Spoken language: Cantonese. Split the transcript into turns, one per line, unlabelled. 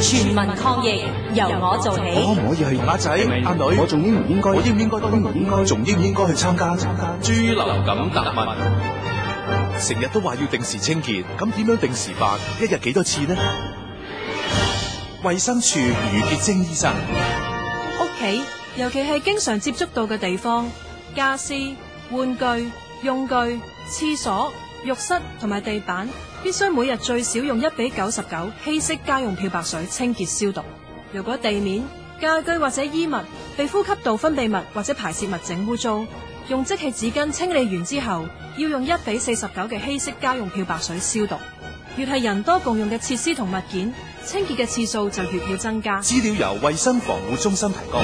全民抗疫，由我做起。
我可唔可以去阿仔、阿女？我仲應唔應該？我應唔應該？應唔應該？仲應唔應該去參加？參加？
豬流感答問，
成日都話要定時清潔，咁點樣定時法？一日幾多次呢？衛生署余潔貞醫生，
屋企，尤其係經常接觸到嘅地方，家私、玩具、用具、廁所、浴室同埋地板，必須每日最少用一比九十九稀釋家用漂白水清潔消毒。如果地面、家居或者衣物被呼吸道分泌物或者排泄物整污糟，用即棄紙巾清理完之後，要用一比四十九嘅稀釋家用漂白水消毒。越係人多共用嘅設施同物件，清潔嘅次數就越要增加。
資料由衛生防護中心提供。